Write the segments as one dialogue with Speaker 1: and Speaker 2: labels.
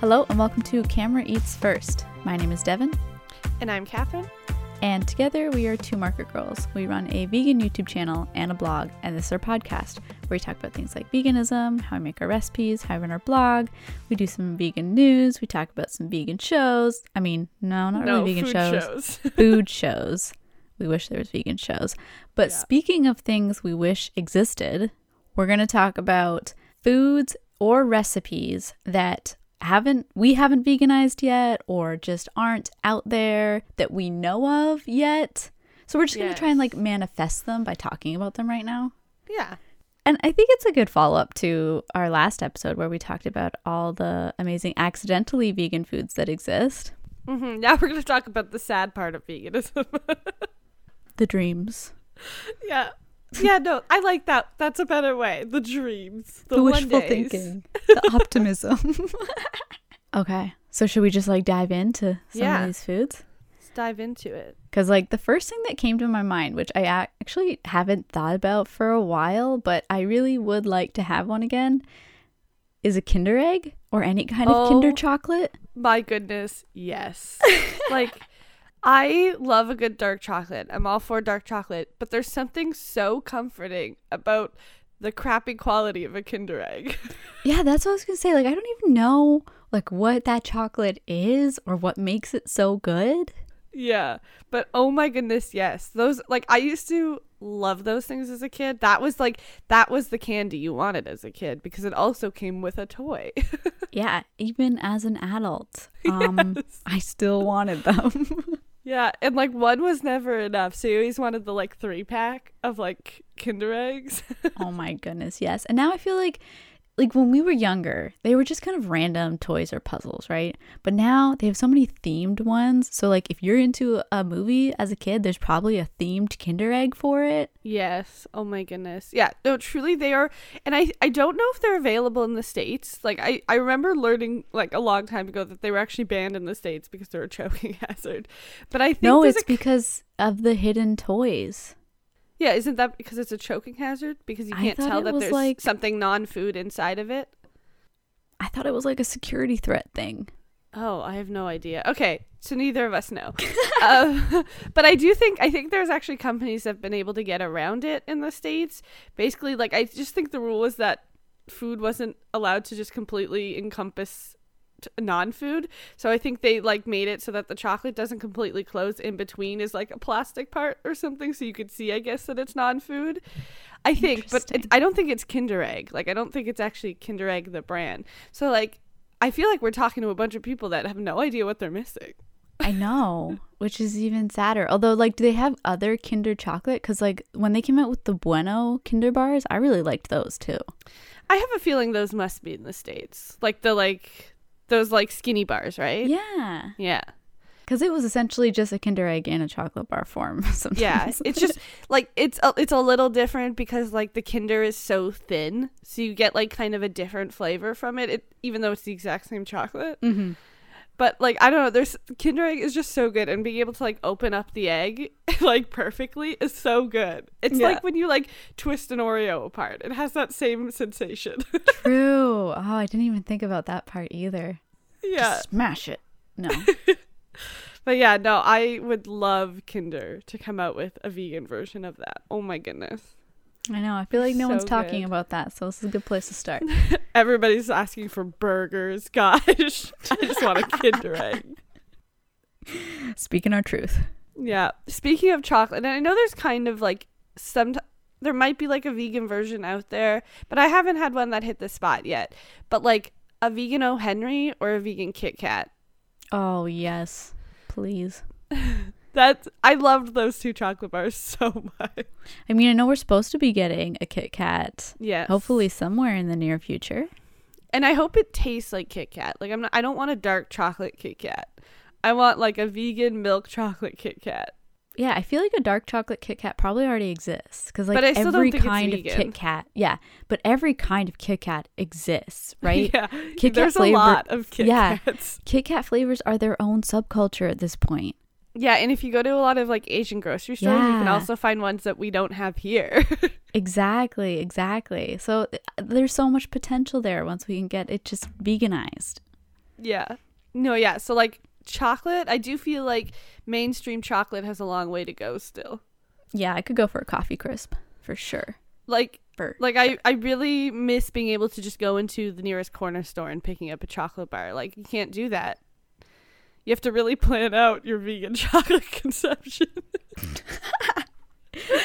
Speaker 1: Hello and welcome to Camera Eats First. My name is Devin,
Speaker 2: And I'm Catherine.
Speaker 1: and together we are two market girls. We run a vegan YouTube channel and a blog, and this is our podcast where we talk about things like veganism, how we make our recipes, how we run our blog. We do some vegan news. We talk about some vegan shows. I mean, no, not really vegan
Speaker 2: food
Speaker 1: shows. food shows. We wish there was vegan shows. But
Speaker 2: Yeah.
Speaker 1: speaking of things we wish existed, we're going to talk about foods or recipes that haven't we haven't veganized yet or just aren't out there that we know of yet. So we're just going to try and
Speaker 2: Yes.
Speaker 1: like manifest them by talking about them right now.
Speaker 2: yeah.
Speaker 1: And I think it's a good follow up to our last episode where we talked about all the amazing accidentally vegan foods that exist.
Speaker 2: hmm Now we're going to talk about the sad part of veganism.
Speaker 1: The dreams,
Speaker 2: yeah. Yeah, no, I like that. That's a better way. The dreams, the,
Speaker 1: the
Speaker 2: one
Speaker 1: wishful
Speaker 2: days.
Speaker 1: thinking, the optimism. okay. So should we just like dive into some
Speaker 2: Yeah.
Speaker 1: of these foods?
Speaker 2: Let's dive into it.
Speaker 1: Cuz like the first thing that came to my mind, which I ac- actually haven't thought about for a while, but I really would like to have one again, is a Kinder egg or any kind of Kinder
Speaker 2: Oh.
Speaker 1: chocolate.
Speaker 2: My goodness, yes. like, I love a good dark chocolate. I'm all for dark chocolate, but there's something so comforting about the crappy quality of a Kinder Egg.
Speaker 1: Yeah, that's what I was going to say. Like I don't even know like what that chocolate is or what makes it so good.
Speaker 2: Yeah. But oh my goodness, yes. Those like I used to love those things as a kid. That was like that was the candy you wanted as a kid because it also came with a toy.
Speaker 1: Yeah, even as an adult, um I still wanted them.
Speaker 2: yeah, and like one was never enough. So you always wanted the like 3 pack of like Kinder eggs.
Speaker 1: oh my goodness, yes. And now I feel like like when we were younger, they were just kind of random toys or puzzles, right? But now they have so many themed ones. So like if you're into a movie as a kid, there's probably a themed Kinder egg for it.
Speaker 2: yes. Oh my goodness. Yeah. No, truly they are and I I don't know if they're available in the states. Like I I remember learning like a long time ago that they were actually banned in the states because they're a choking hazard. But I think
Speaker 1: No,
Speaker 2: there's
Speaker 1: it's
Speaker 2: a
Speaker 1: because of the hidden toys.
Speaker 2: Yeah, isn't that because it's a choking hazard? Because you
Speaker 1: I
Speaker 2: can't
Speaker 1: thought
Speaker 2: tell
Speaker 1: it
Speaker 2: that
Speaker 1: was
Speaker 2: there's
Speaker 1: like-
Speaker 2: something non-food inside of it.
Speaker 1: I thought it was like a security threat thing.
Speaker 2: Oh, I have no idea. Okay, so neither of us know. um, but I do think I think there's actually companies that've been able to get around it in the states. Basically, like I just think the rule was that food wasn't allowed to just completely encompass t- non-food. So I think they like made it so that the chocolate doesn't completely close in between is like a plastic part or something so you could see I guess that it's non-food. I think, but it,
Speaker 1: Interesting.
Speaker 2: I don't think it's Kinder Egg. Like I don't think it's actually Kinder Egg the brand. So like I feel like we're talking to a bunch of people that have no idea what they're missing.
Speaker 1: I know, which is even sadder. Although, like, do they have other Kinder chocolate? Because, like, when they came out with the Bueno Kinder bars, I really liked those too.
Speaker 2: I have a feeling those must be in the states, like the like those like skinny bars, right?
Speaker 1: Yeah.
Speaker 2: yeah,
Speaker 1: Because it was essentially just a Kinder Egg in a chocolate bar form. Sometimes.
Speaker 2: yeah. it's just like it's a, it's a little different because like the Kinder is so thin, so you get like kind of a different flavor from it. It even though it's the exact same chocolate,
Speaker 1: Mhm.
Speaker 2: but like I don't know. There's Kinder Egg is just so good, and being able to like open up the egg like perfectly is so good. It's
Speaker 1: Yeah.
Speaker 2: like when you like twist an Oreo apart; it has that same sensation.
Speaker 1: True. Oh, I didn't even think about that part either.
Speaker 2: yeah,
Speaker 1: Just smash it. No.
Speaker 2: But yeah, no, I would love Kinder to come out with a vegan version of that. Oh my goodness.
Speaker 1: I know. I feel like no
Speaker 2: So
Speaker 1: one's talking
Speaker 2: good.
Speaker 1: about that. So, this is a good place to start.
Speaker 2: Everybody's asking for burgers. Gosh, I just want a Kinder egg.
Speaker 1: Speaking our truth.
Speaker 2: Yeah. Speaking of chocolate, and I know there's kind of like some, there might be like a vegan version out there, but I haven't had one that hit the spot yet. But like a vegan O. Henry or a vegan Kit Kat.
Speaker 1: Oh, yes. Please.
Speaker 2: That's, I loved those two chocolate bars so much.
Speaker 1: I mean, I know we're supposed to be getting a Kit Kat
Speaker 2: Yes.
Speaker 1: hopefully somewhere in the near future.
Speaker 2: and I hope it tastes like Kit Kat. Like I'm not, I don't want a dark chocolate Kit Kat. I want like a vegan milk chocolate Kit Kat.
Speaker 1: Yeah, I feel like a dark chocolate Kit Kat probably already exists because like
Speaker 2: But I still don't
Speaker 1: every
Speaker 2: think it's
Speaker 1: kind of
Speaker 2: vegan.
Speaker 1: Kit Kat, yeah, but every kind of Kit Kat exists, right?
Speaker 2: Yeah.
Speaker 1: Kit Kat
Speaker 2: There's
Speaker 1: flavor-
Speaker 2: a lot of Kit
Speaker 1: Yeah.
Speaker 2: Kats.
Speaker 1: Kit Kat flavors are their own subculture at this point.
Speaker 2: Yeah, and if you go to a lot of like Asian grocery stores, you can
Speaker 1: Yeah.
Speaker 2: also find ones that we don't have here.
Speaker 1: Exactly, uh, exactly. So th- there's so much potential there once we can get it just veganized.
Speaker 2: Yeah. No, yeah. So like chocolate, I do feel like mainstream chocolate has a long way to go still.
Speaker 1: Yeah, I could go for a coffee crisp for sure.
Speaker 2: Like
Speaker 1: For
Speaker 2: like I I really miss being able to just go into the nearest corner store and picking up a chocolate bar. Like you can't do that. You have to really plan out your vegan chocolate consumption.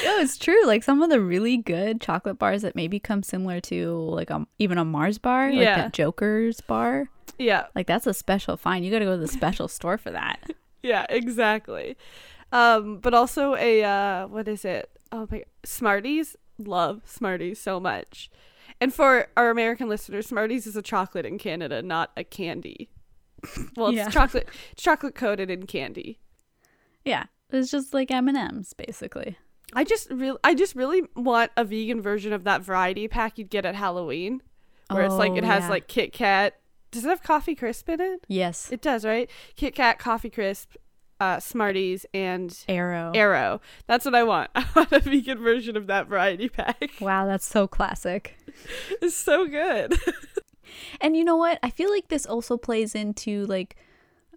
Speaker 1: no, it's true. Like some of the really good chocolate bars that maybe come similar to like a, even a Mars bar, like
Speaker 2: Yeah.
Speaker 1: that Joker's bar.
Speaker 2: yeah.
Speaker 1: Like that's a special find. You got to go to the special store for that.
Speaker 2: Yeah, exactly. Um, but also a uh, what is it? Oh my, Smarties. Love Smarties so much. And for our American listeners, Smarties is a chocolate in Canada, not a candy. Well, it's
Speaker 1: Yeah.
Speaker 2: chocolate, it's chocolate coated in candy.
Speaker 1: Yeah, it's just like M and M's basically.
Speaker 2: I just really, I just really want a vegan version of that variety pack you'd get at Halloween, where it's like
Speaker 1: Oh,
Speaker 2: it has
Speaker 1: yeah.
Speaker 2: like Kit Kat. Does it have coffee crisp in it?
Speaker 1: Yes,
Speaker 2: It does, right? Kit Kat, coffee crisp, uh, Smarties, and
Speaker 1: Arrow.
Speaker 2: Arrow. That's what I want. I want a vegan version of that variety pack.
Speaker 1: Wow, that's so classic.
Speaker 2: It's so good.
Speaker 1: And you know what? I feel like this also plays into like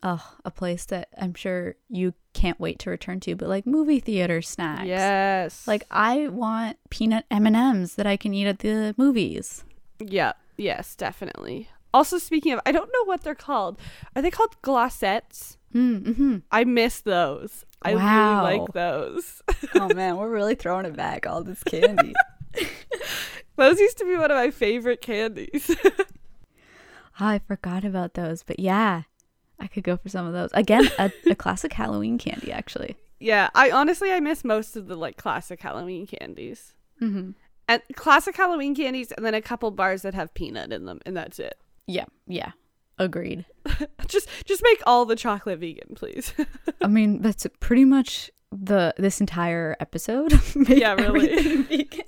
Speaker 1: oh, a place that I'm sure you can't wait to return to, but like movie theater snacks.
Speaker 2: Yes.
Speaker 1: Like I want peanut M&Ms that I can eat at the movies.
Speaker 2: yeah. Yes, definitely. Also, speaking of, I don't know what they're called. Are they called glossettes?
Speaker 1: Mm, mhm.
Speaker 2: I miss those. I
Speaker 1: Wow.
Speaker 2: really like those.
Speaker 1: oh man, we're really throwing it back all this candy.
Speaker 2: those used to be one of my favorite candies.
Speaker 1: oh, I forgot about those, but yeah, I could go for some of those again. A, a classic Halloween candy, actually.
Speaker 2: yeah, I honestly I miss most of the like classic Halloween candies.
Speaker 1: Mm-hmm.
Speaker 2: And classic Halloween candies and then a couple bars that have peanut in them and that's it.
Speaker 1: Yeah, yeah, agreed.
Speaker 2: Just just make all the chocolate vegan, please.
Speaker 1: I mean, that's pretty much the this entire episode. Make
Speaker 2: Yeah, really.
Speaker 1: everything vegan.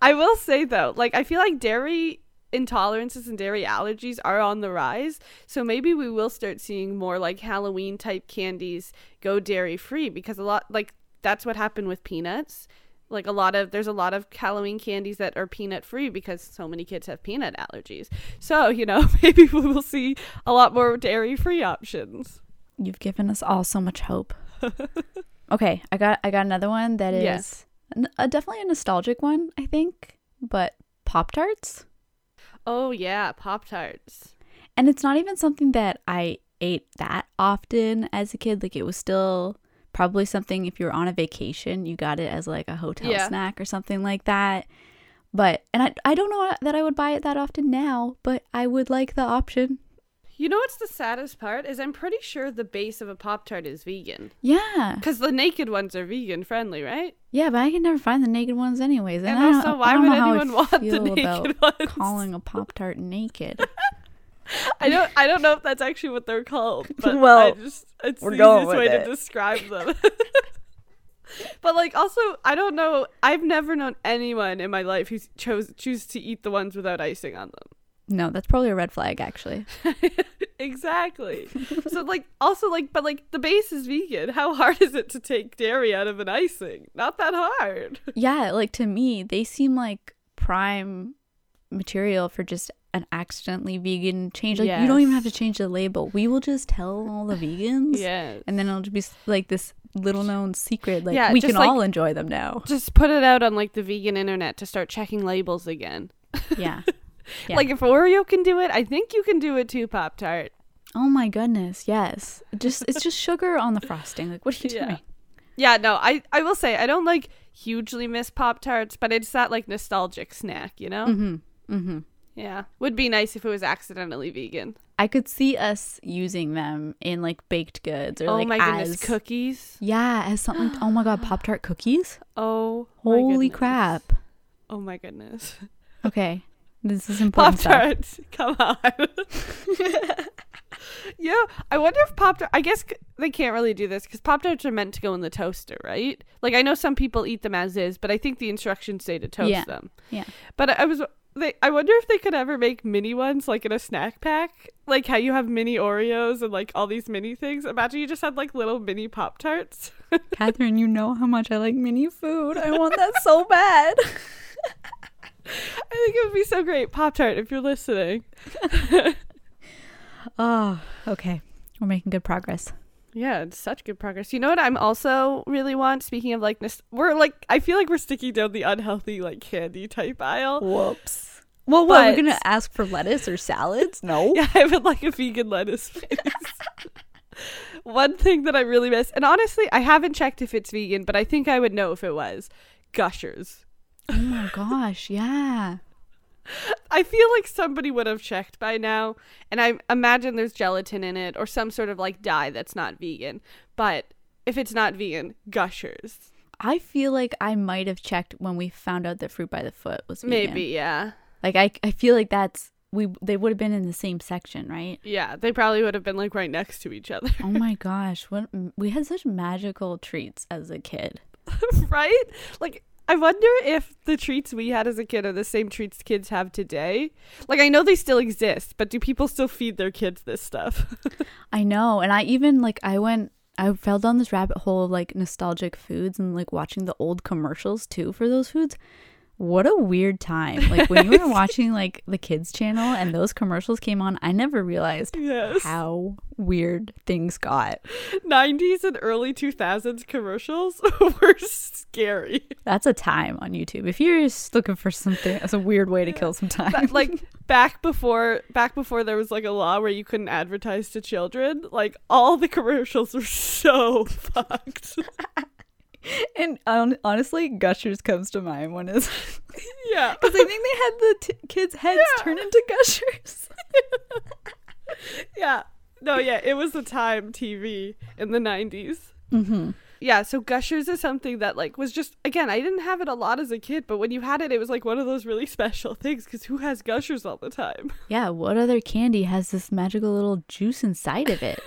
Speaker 2: I will say though, like I feel like dairy intolerances and dairy allergies are on the rise. So maybe we will start seeing more like Halloween type candies go dairy free because a lot like that's what happened with peanuts. Like a lot of there's a lot of Halloween candies that are peanut free because so many kids have peanut allergies. So, you know, maybe we will see a lot more dairy free options.
Speaker 1: You've given us all so much hope. okay, I got I got another one that is
Speaker 2: Yeah.
Speaker 1: n- uh, definitely a nostalgic one, I think, but Pop Tarts.
Speaker 2: Oh yeah, Pop Tarts.
Speaker 1: And it's not even something that I ate that often as a kid. Like it was still probably something if you were on a vacation, you got it as like a hotel
Speaker 2: Yeah.
Speaker 1: snack or something like that. But and I I don't know that I would buy it that often now, but I would like the option.
Speaker 2: You know what's the saddest part is I'm pretty sure the base of a Pop Tart is vegan.
Speaker 1: Yeah.
Speaker 2: Because the naked ones are vegan friendly, right?
Speaker 1: Yeah, but I can never find the naked ones anyways. And,
Speaker 2: And
Speaker 1: I don't,
Speaker 2: also, why
Speaker 1: I don't
Speaker 2: would
Speaker 1: know how I
Speaker 2: anyone want the
Speaker 1: feel
Speaker 2: naked
Speaker 1: about
Speaker 2: ones?
Speaker 1: calling a Pop Tart naked.
Speaker 2: I don't. I don't know if that's actually what they're called, but
Speaker 1: Well,
Speaker 2: I just it's
Speaker 1: we're
Speaker 2: the
Speaker 1: going
Speaker 2: easiest
Speaker 1: with
Speaker 2: way
Speaker 1: it.
Speaker 2: to describe them. but like, also, I don't know. I've never known anyone in my life who chose choose to eat the ones without icing on them.
Speaker 1: no, that's probably a red flag actually.
Speaker 2: exactly. so like, also like, but like, the base is vegan. How hard is it to take dairy out of an icing? Not that hard.
Speaker 1: yeah, like to me, they seem like prime material for just an accidentally vegan change. Like you don't even have to
Speaker 2: Yes.
Speaker 1: change the label. We will just tell all the vegans.
Speaker 2: Yeah.
Speaker 1: And then it'll just be s- like this little known secret. Like
Speaker 2: Yeah,
Speaker 1: we
Speaker 2: just
Speaker 1: can
Speaker 2: like-
Speaker 1: all enjoy them now.
Speaker 2: Just put it out on like the vegan internet to start checking labels again.
Speaker 1: Yeah. Yeah.
Speaker 2: Like if Oreo can do it, I think you can do it too, Pop Tart.
Speaker 1: Oh my goodness. Yes. Just it's just sugar on the frosting. Like what are you
Speaker 2: Yeah.
Speaker 1: doing?
Speaker 2: Yeah, no, I I will say I don't like hugely miss Pop Tarts, but it's that like nostalgic snack, you know?
Speaker 1: Mm-hmm. Mm-hmm.
Speaker 2: Yeah. Would be nice if it was accidentally vegan.
Speaker 1: I could see us using them in like baked goods or
Speaker 2: oh
Speaker 1: like
Speaker 2: my
Speaker 1: as
Speaker 2: goodness, cookies.
Speaker 1: yeah as something. oh my god, Pop Tart cookies.
Speaker 2: Oh my
Speaker 1: Holy
Speaker 2: goodness.
Speaker 1: crap.
Speaker 2: Oh my goodness.
Speaker 1: Okay, this is
Speaker 2: Pop
Speaker 1: important stuff.
Speaker 2: Tarts. Come on. yeah, I wonder if Pop Tart I guess c- they can't really do this cuz Pop Tarts are meant to go in the toaster, right? Like I know some people eat them as is, but I think the instructions say to toast
Speaker 1: Yeah.
Speaker 2: them.
Speaker 1: Yeah.
Speaker 2: But I was they I wonder if they could ever make mini ones like in a snack pack. Like how you have mini Oreos and like all these mini things. Imagine you just had like little mini Pop Tarts.
Speaker 1: Catherine, you know how much I like mini food. I want that so bad.
Speaker 2: I think it would be so great. Pop Tart, if you're listening.
Speaker 1: Oh,
Speaker 2: Ah,
Speaker 1: okay. We're making good progress.
Speaker 2: Yeah, it's such good progress. You know what I'm also really want? Speaking of like, nos- we're like, I feel like we're sticking down the unhealthy, like candy type aisle.
Speaker 1: Whoops. Well, what? We're
Speaker 2: But-
Speaker 1: gonna ask for lettuce or salads? No.
Speaker 2: Yeah, I would like a vegan lettuce, please. One thing that I really miss, and honestly, I haven't checked if it's vegan, but I think I would know if it was gushers.
Speaker 1: Oh my gosh. Yeah.
Speaker 2: I feel like somebody would have checked by now, and I imagine there's gelatin in it or some sort of like dye that's not vegan. But if it's not vegan, gushers.
Speaker 1: I feel like I might have checked when we found out that fruit by the foot was vegan.
Speaker 2: Maybe, yeah.
Speaker 1: Like I, I feel like that's we. They would have been in the same section, right?
Speaker 2: Yeah, they probably would have been like right next to each other,
Speaker 1: Oh my gosh, what we had such magical treats as a kid.
Speaker 2: right? Like, I wonder if the treats we had as a kid are the same treats kids have today. Like, I know they still exist, but do people still feed their kids this stuff?
Speaker 1: I know, and I even like I went I fell down this rabbit hole of like nostalgic foods and like watching the old commercials too for those foods. What a weird time. Like when you were watching like the kids channel and those commercials came on, I never realized
Speaker 2: yes.
Speaker 1: how weird things got.
Speaker 2: 90s and early 2000s commercials were scary.
Speaker 1: That's a time on YouTube. If you're just looking for something, that's a weird way to kill some time.
Speaker 2: Ba- like back before back before there was like a law where you couldn't advertise to children, like all the commercials were so fucked.
Speaker 1: And um, honestly, Gushers comes to mind. One is
Speaker 2: yeah.
Speaker 1: because I think they had the t- kids' heads
Speaker 2: Yeah.
Speaker 1: turn into Gushers.
Speaker 2: Yeah. No, yeah, it was the time TV in the 90s.
Speaker 1: Mm-hmm.
Speaker 2: Yeah, so Gushers is something that like was just again, I didn't have it a lot as a kid, but when you had it it was like one of those really special things cuz who has Gushers all the time?
Speaker 1: Yeah, what other candy has this magical little juice inside of it?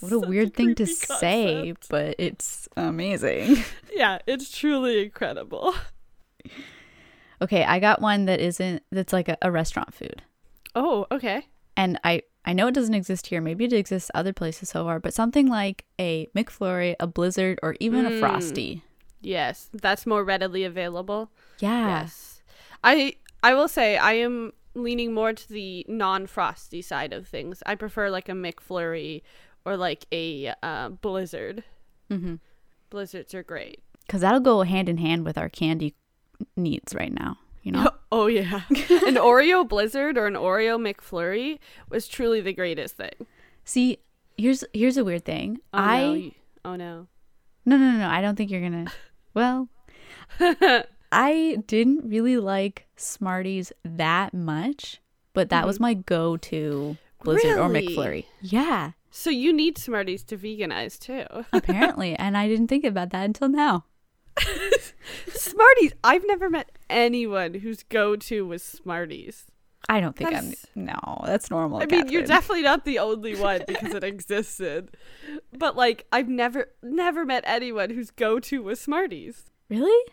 Speaker 1: What a
Speaker 2: Such
Speaker 1: weird thing to
Speaker 2: creepy
Speaker 1: say,
Speaker 2: concept.
Speaker 1: but it's amazing.
Speaker 2: Yeah, it's truly incredible.
Speaker 1: Okay, I got one that isn't that's like a, a restaurant food.
Speaker 2: Oh, okay.
Speaker 1: And I I know it doesn't exist here. Maybe it exists other places so far, but something like a McFlurry, a Blizzard, or even a
Speaker 2: Mm.
Speaker 1: Frosty.
Speaker 2: Yes, that's more readily available.
Speaker 1: Yeah.
Speaker 2: Yes. I I will say I am leaning more to the non-frosty side of things. I prefer like a McFlurry or like a uh, Blizzard.
Speaker 1: Mm-hmm.
Speaker 2: Blizzards are great.
Speaker 1: Cuz that'll go hand in hand with our candy needs right now, you know?
Speaker 2: Oh yeah. an Oreo Blizzard or an Oreo McFlurry was truly the greatest thing.
Speaker 1: See, here's here's a weird thing.
Speaker 2: Oh,
Speaker 1: I
Speaker 2: no. you- Oh no.
Speaker 1: No, no, no, no. I don't think you're going to. Well, I didn't really like Smarties that much, but that was my go to Blizzard or
Speaker 2: Mm-hmm. Really?
Speaker 1: McFlurry. Yeah,
Speaker 2: So you need Smarties to veganize too.
Speaker 1: apparently. and I didn't think about that until now.
Speaker 2: Smarties. I've never met anyone whose go-to was Smarties.
Speaker 1: I don't think
Speaker 2: That's-
Speaker 1: I'm. No, that's normal.
Speaker 2: I mean, you're
Speaker 1: Catherine.
Speaker 2: definitely not the only one because it existed. But like I've never never met anyone whose go-to was Smarties.
Speaker 1: Really?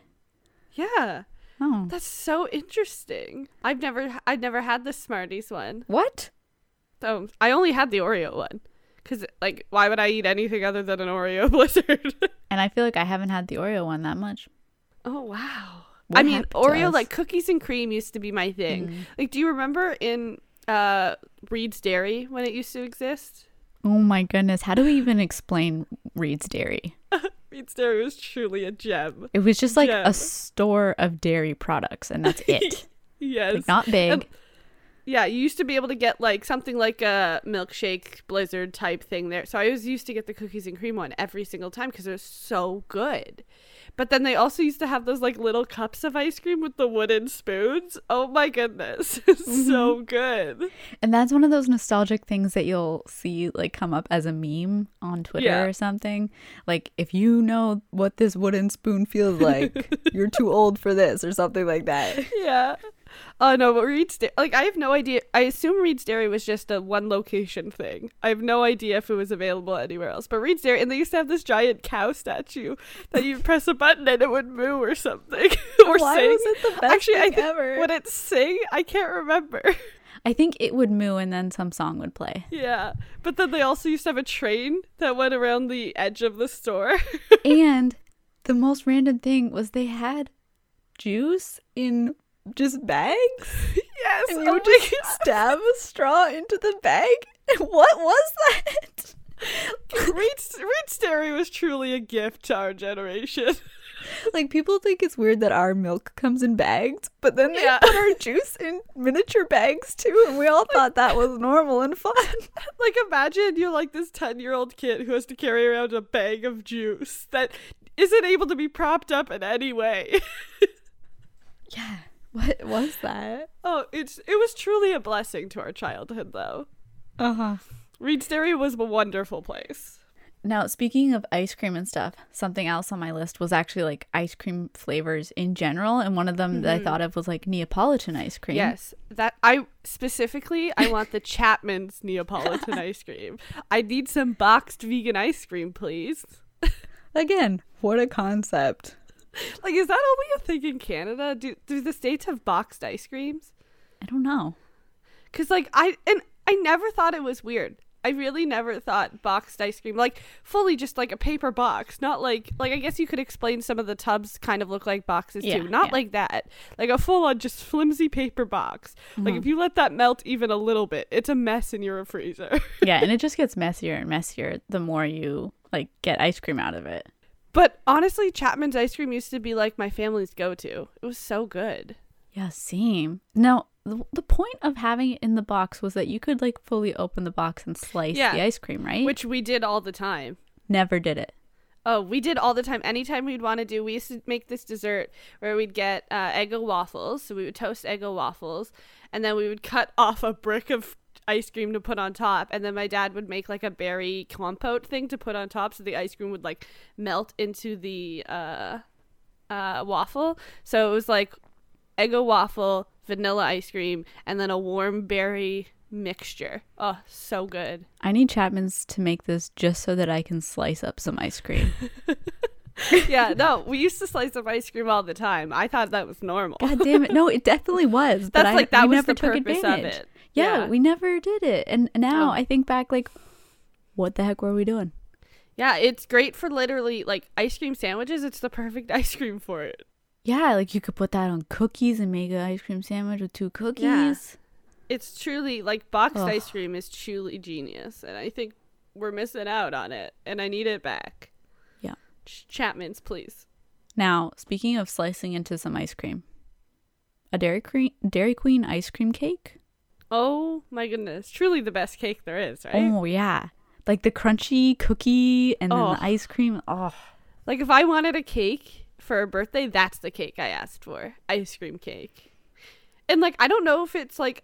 Speaker 2: Yeah.
Speaker 1: Oh.
Speaker 2: That's so interesting. I've never I've never had the Smarties one.
Speaker 1: What?
Speaker 2: So I only had the Oreo one. Because, like, why would I eat anything other than an Oreo blizzard?
Speaker 1: And I feel like I haven't had the Oreo one that much.
Speaker 2: oh, wow. I
Speaker 1: What
Speaker 2: mean,
Speaker 1: happened to
Speaker 2: Oreo,
Speaker 1: us?
Speaker 2: like, cookies and cream used to be my thing.
Speaker 1: Mm.
Speaker 2: Like, do you remember in uh, Reed's Dairy when it used to exist?
Speaker 1: Oh my goodness. How do we even explain Reed's Dairy?
Speaker 2: Reed's Dairy was truly a gem.
Speaker 1: It was just like
Speaker 2: Gem.
Speaker 1: a store of dairy products, and that's it.
Speaker 2: Yes. Um,
Speaker 1: like, not big.
Speaker 2: And- yeah, you used to be able to get, like, something like a milkshake blizzard type thing there. So I was used to get the cookies and cream one every single time because it was so good. But then they also used to have those like little cups of ice cream with the wooden spoons. Oh my goodness. so good.
Speaker 1: And that's one of those nostalgic things that you'll see like come up as a meme on Twitter
Speaker 2: Yeah.
Speaker 1: or something. Like if you know what this wooden spoon feels like, you're too old for this or something like that.
Speaker 2: Yeah. Oh no, but Reed's Dairy, like I have no idea. I assume Reed's Dairy was just a one location thing. I have no idea if it was available anywhere else. But Reed's Dairy, and they used to have this giant cow statue that you'd press a button and it would moo or something or
Speaker 1: Why
Speaker 2: sing.
Speaker 1: was it the best
Speaker 2: Actually, I
Speaker 1: thing
Speaker 2: think
Speaker 1: ever?
Speaker 2: would it sing? I can't remember.
Speaker 1: I think it would moo and then some song would play.
Speaker 2: yeah, but then they also used to have a train that went around the edge of the store.
Speaker 1: and the most random thing was they had juice in just bags.
Speaker 2: Yes.
Speaker 1: And
Speaker 2: oh
Speaker 1: you
Speaker 2: my
Speaker 1: just
Speaker 2: God.
Speaker 1: stab a straw into the bag? What was that?
Speaker 2: Reed, Reed Sterry was truly a gift to our generation.
Speaker 1: like people think it's weird that our milk comes in bags, but then they
Speaker 2: Yeah.
Speaker 1: put our juice in miniature bags too, and we all thought that was normal and fun.
Speaker 2: Like, imagine you're like this 10 year old kid who has to carry around a bag of juice that isn't able to be propped up in any way.
Speaker 1: Yeah. What was that?
Speaker 2: Oh, it's it was truly a blessing to our childhood, though.
Speaker 1: Uh-huh.
Speaker 2: Reed's Dairy was a wonderful place.
Speaker 1: Now, speaking of ice cream and stuff, something else on my list was actually like ice cream flavors in general, and one of them that I thought of was like Neapolitan ice cream.
Speaker 2: Yes, that I specifically I want the Chapman's Neapolitan ice cream. I need some boxed vegan ice cream, please.
Speaker 1: Again, what a concept.
Speaker 2: Like, is that only a thing in Canada? Do do the states have boxed ice creams?
Speaker 1: I don't know.
Speaker 2: Cause like I and I never thought it was weird. I really never thought boxed ice cream like fully just like a paper box, not like like I guess you could explain some of the tubs kind of look like boxes
Speaker 1: Yeah,
Speaker 2: too, not
Speaker 1: yeah.
Speaker 2: like that, like a full on just flimsy paper box. Like
Speaker 1: Mm-hmm.
Speaker 2: if you let that melt even a little bit, it's a mess in your freezer.
Speaker 1: yeah, and it just gets messier and messier the more you like get ice cream out of it.
Speaker 2: but honestly, Chapman's ice cream used to be like my family's go to. It was so good.
Speaker 1: Yeah, same. Now, the, the point of having it in the box was that you could like fully open the box and slice
Speaker 2: Yeah.
Speaker 1: the ice cream, right?
Speaker 2: Which we did all the time.
Speaker 1: never did it.
Speaker 2: Oh, we did all the time. Anytime we'd want to do, we used to make this dessert where we'd get uh, Eggo waffles. So we would toast Eggo waffles, and then we would cut off a brick of ice cream to put on top. And then my dad would make like a berry compote thing to put on top, so the ice cream would like melt into the uh, uh, waffle. So it was like Eggo waffle, vanilla ice cream, and then a warm berry mixture. Oh, so good.
Speaker 1: I need Chapman's to make this just so that I can slice up some ice cream.
Speaker 2: yeah, no, we used to slice up ice cream all the time. I thought that was normal.
Speaker 1: God damn it! No, it definitely was. but
Speaker 2: That's
Speaker 1: I-
Speaker 2: like that
Speaker 1: we
Speaker 2: was
Speaker 1: never
Speaker 2: the
Speaker 1: took
Speaker 2: purpose
Speaker 1: advantage.
Speaker 2: of it.
Speaker 1: Yeah,
Speaker 2: yeah,
Speaker 1: we never did it, and now
Speaker 2: Oh.
Speaker 1: I think back like, what the heck were we doing?
Speaker 2: Yeah, it's great for literally like ice cream sandwiches. It's the perfect ice cream for it.
Speaker 1: Yeah, like you could put that on cookies and make an ice cream sandwich with two cookies.
Speaker 2: It's truly like boxed
Speaker 1: Ugh.
Speaker 2: ice cream is truly genius, and I think we're missing out on it, and I need it back.
Speaker 1: Yeah.
Speaker 2: Ch- Chapman's, please.
Speaker 1: Now, speaking of slicing into some ice cream, a Dairy Queen, Dairy Queen ice cream cake.
Speaker 2: Oh my goodness, truly the best cake there is, right?
Speaker 1: Oh yeah, like the crunchy cookie and then
Speaker 2: Oh.
Speaker 1: the ice cream. Oh,
Speaker 2: Like if I wanted a cake for a birthday, that's the cake I asked for. Ice cream cake. And like I don't know if it's like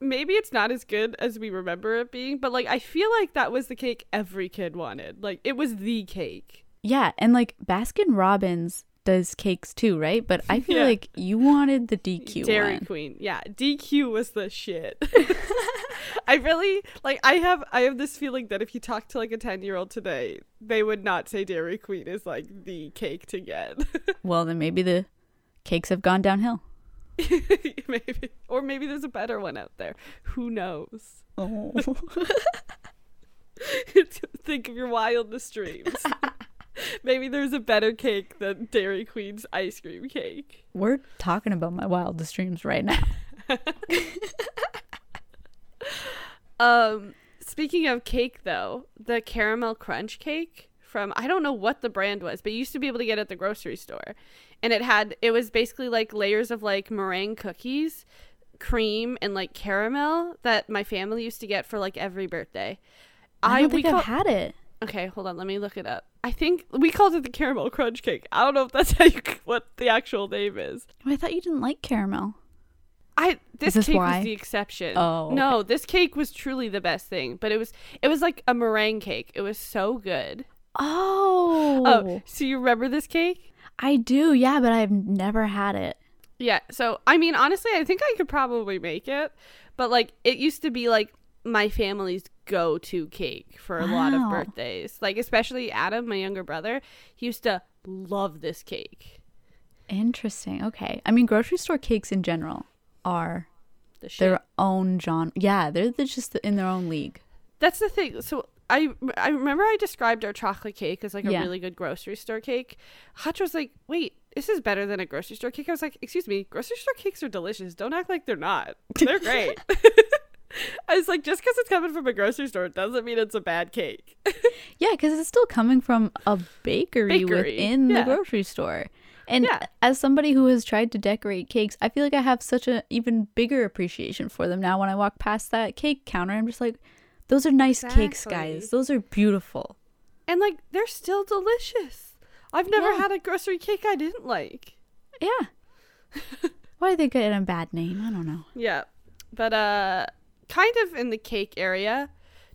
Speaker 2: maybe it's not as good as we remember it being, but like I feel like that was the cake every kid wanted. Like it was the cake.
Speaker 1: yeah, and like Baskin Robbins does cakes too, right? But I feel
Speaker 2: Yeah.
Speaker 1: like you wanted the DQ
Speaker 2: Dairy
Speaker 1: one.
Speaker 2: Queen. Yeah, DQ was the shit. I really like I have I have this feeling that if you talk to like a 10-year-old today, they would not say Dairy Queen is like the cake to get.
Speaker 1: Well, then maybe the cakes have gone downhill.
Speaker 2: maybe or maybe there's a better one out there. Who knows?
Speaker 1: Oh,
Speaker 2: Think of your wildest dreams. Maybe there's a better cake than Dairy Queen's ice cream cake.
Speaker 1: we're talking about my wildest dreams right now.
Speaker 2: Um, speaking of cake, though, the caramel crunch cake from I don't know what the brand was, but you used to be able to get it at the grocery store, and it had it was basically like layers of like meringue cookies, cream, and like caramel that my family used to get for like every birthday.
Speaker 1: I don't
Speaker 2: we
Speaker 1: think I've
Speaker 2: call-
Speaker 1: had it.
Speaker 2: Okay, hold on. Let me look it up. I think we called it the caramel crunch cake. I don't know if that's how you, what the actual name is.
Speaker 1: Oh, I thought you didn't like caramel.
Speaker 2: I this,
Speaker 1: this
Speaker 2: cake
Speaker 1: why?
Speaker 2: was the exception.
Speaker 1: Oh,
Speaker 2: no, this cake was truly the best thing. But it was it was like a meringue cake. It was so good.
Speaker 1: Oh,
Speaker 2: Oh, so you remember this cake?
Speaker 1: I do. Yeah, but I've never had it.
Speaker 2: Yeah. So I mean, honestly, I think I could probably make it. But like, it used to be like my family's go-to cake for a lot of
Speaker 1: Wow.
Speaker 2: birthdays. Like especially Adam, my younger brother, he used to love this cake.
Speaker 1: Interesting. Okay. I mean, grocery store cakes in general are
Speaker 2: The shit.
Speaker 1: their own genre. Yeah, they're, they're just in their own league.
Speaker 2: That's the thing. So I I remember I described our chocolate cake as like a
Speaker 1: Yeah.
Speaker 2: really good grocery store cake. Hutch was like, "Wait, this is better than a grocery store cake. I was like, excuse me, grocery store cakes are delicious. Don't act like they're not. They're great. I was like, just because it's coming from a grocery store doesn't mean it's a bad cake.
Speaker 1: Yeah, because it's still coming from a bakery,
Speaker 2: Bakery,
Speaker 1: within the
Speaker 2: yeah.
Speaker 1: grocery store. And
Speaker 2: Yeah.
Speaker 1: as somebody who has tried to decorate cakes, I feel like I have such an even bigger appreciation for them now. When I walk past that cake counter, I'm just like, those are nice cakes, guys.
Speaker 2: Exactly.
Speaker 1: Those are beautiful.
Speaker 2: and like, they're still delicious. I've never
Speaker 1: Yeah.
Speaker 2: had a grocery cake I didn't like.
Speaker 1: Yeah. Why did they get a bad name? I don't know.
Speaker 2: Yeah. But uh kind of in the cake area,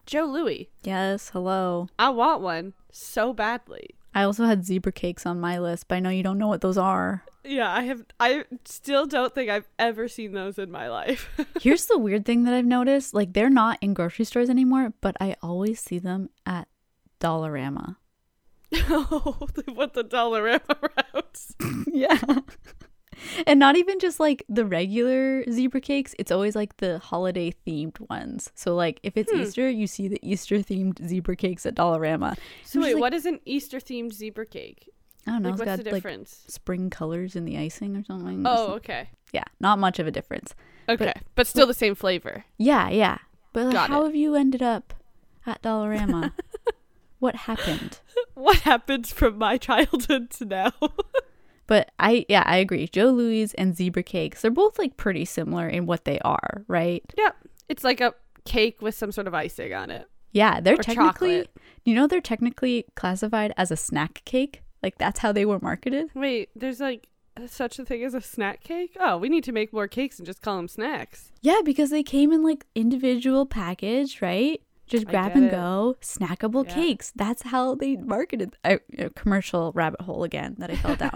Speaker 2: Joe Louis.
Speaker 1: Yes, hello.
Speaker 2: I want one so badly.
Speaker 1: I also had zebra cakes on my list, but I know you don't know what those are.
Speaker 2: Yeah, I have I still don't think I've ever seen those in my life.
Speaker 1: Here's the weird thing that I've noticed like, they're not in grocery stores anymore, but I always see them at Dollarama.
Speaker 2: oh, they want the Dollarama routes.
Speaker 1: Yeah. And not even just like the regular zebra cakes, it's always like the holiday themed ones. So like if it's
Speaker 2: Hmm.
Speaker 1: Easter, you see the Easter themed zebra cakes at Dollarama.
Speaker 2: So
Speaker 1: I'm just
Speaker 2: wait,
Speaker 1: like-
Speaker 2: what is an Easter themed zebra cake?
Speaker 1: I don't know,
Speaker 2: Like
Speaker 1: it's
Speaker 2: what's the
Speaker 1: got like
Speaker 2: difference?
Speaker 1: spring colors in the icing or something.
Speaker 2: oh, okay.
Speaker 1: yeah, not much of a difference.
Speaker 2: Okay. But, still the same flavor.
Speaker 1: Yeah, yeah. But like,
Speaker 2: Got
Speaker 1: how
Speaker 2: it.
Speaker 1: have you ended up at Dollarama? what happened?
Speaker 2: What happens from my childhood to now?
Speaker 1: But I yeah, I agree. Joe Louis and zebra cakes, they're both like pretty similar in what they are, right?
Speaker 2: yep. It's like a cake with some sort of icing on it.
Speaker 1: Yeah, they're
Speaker 2: Or
Speaker 1: technically
Speaker 2: chocolate.
Speaker 1: you know they're technically classified as a snack cake. Like that's how they were marketed.
Speaker 2: Wait, there's like such a thing as a snack cake? Oh, we need to make more cakes and just call them snacks.
Speaker 1: Yeah, because they came in like individual package, right? Just
Speaker 2: I
Speaker 1: grab
Speaker 2: get
Speaker 1: and
Speaker 2: it.
Speaker 1: go, snackable
Speaker 2: Yeah.
Speaker 1: cakes. That's how they marketed I, you know, commercial rabbit hole again that I fell down.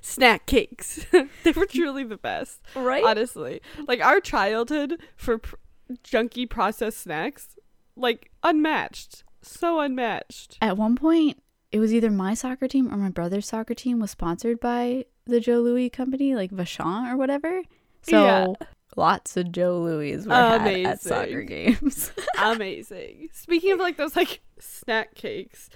Speaker 2: Snack cakes. they were truly the best,
Speaker 1: right?
Speaker 2: honestly. Like our childhood for pr- junky processed snacks, like unmatched. So unmatched.
Speaker 1: At one point, it was either my soccer team or my brother's soccer team was sponsored by the Joe Louis company, like Vachon or whatever. So
Speaker 2: Yeah.
Speaker 1: lots of Joe Louis were had at soccer
Speaker 2: Amazing.
Speaker 1: games.
Speaker 2: Amazing. Speaking of like those like snack cakes,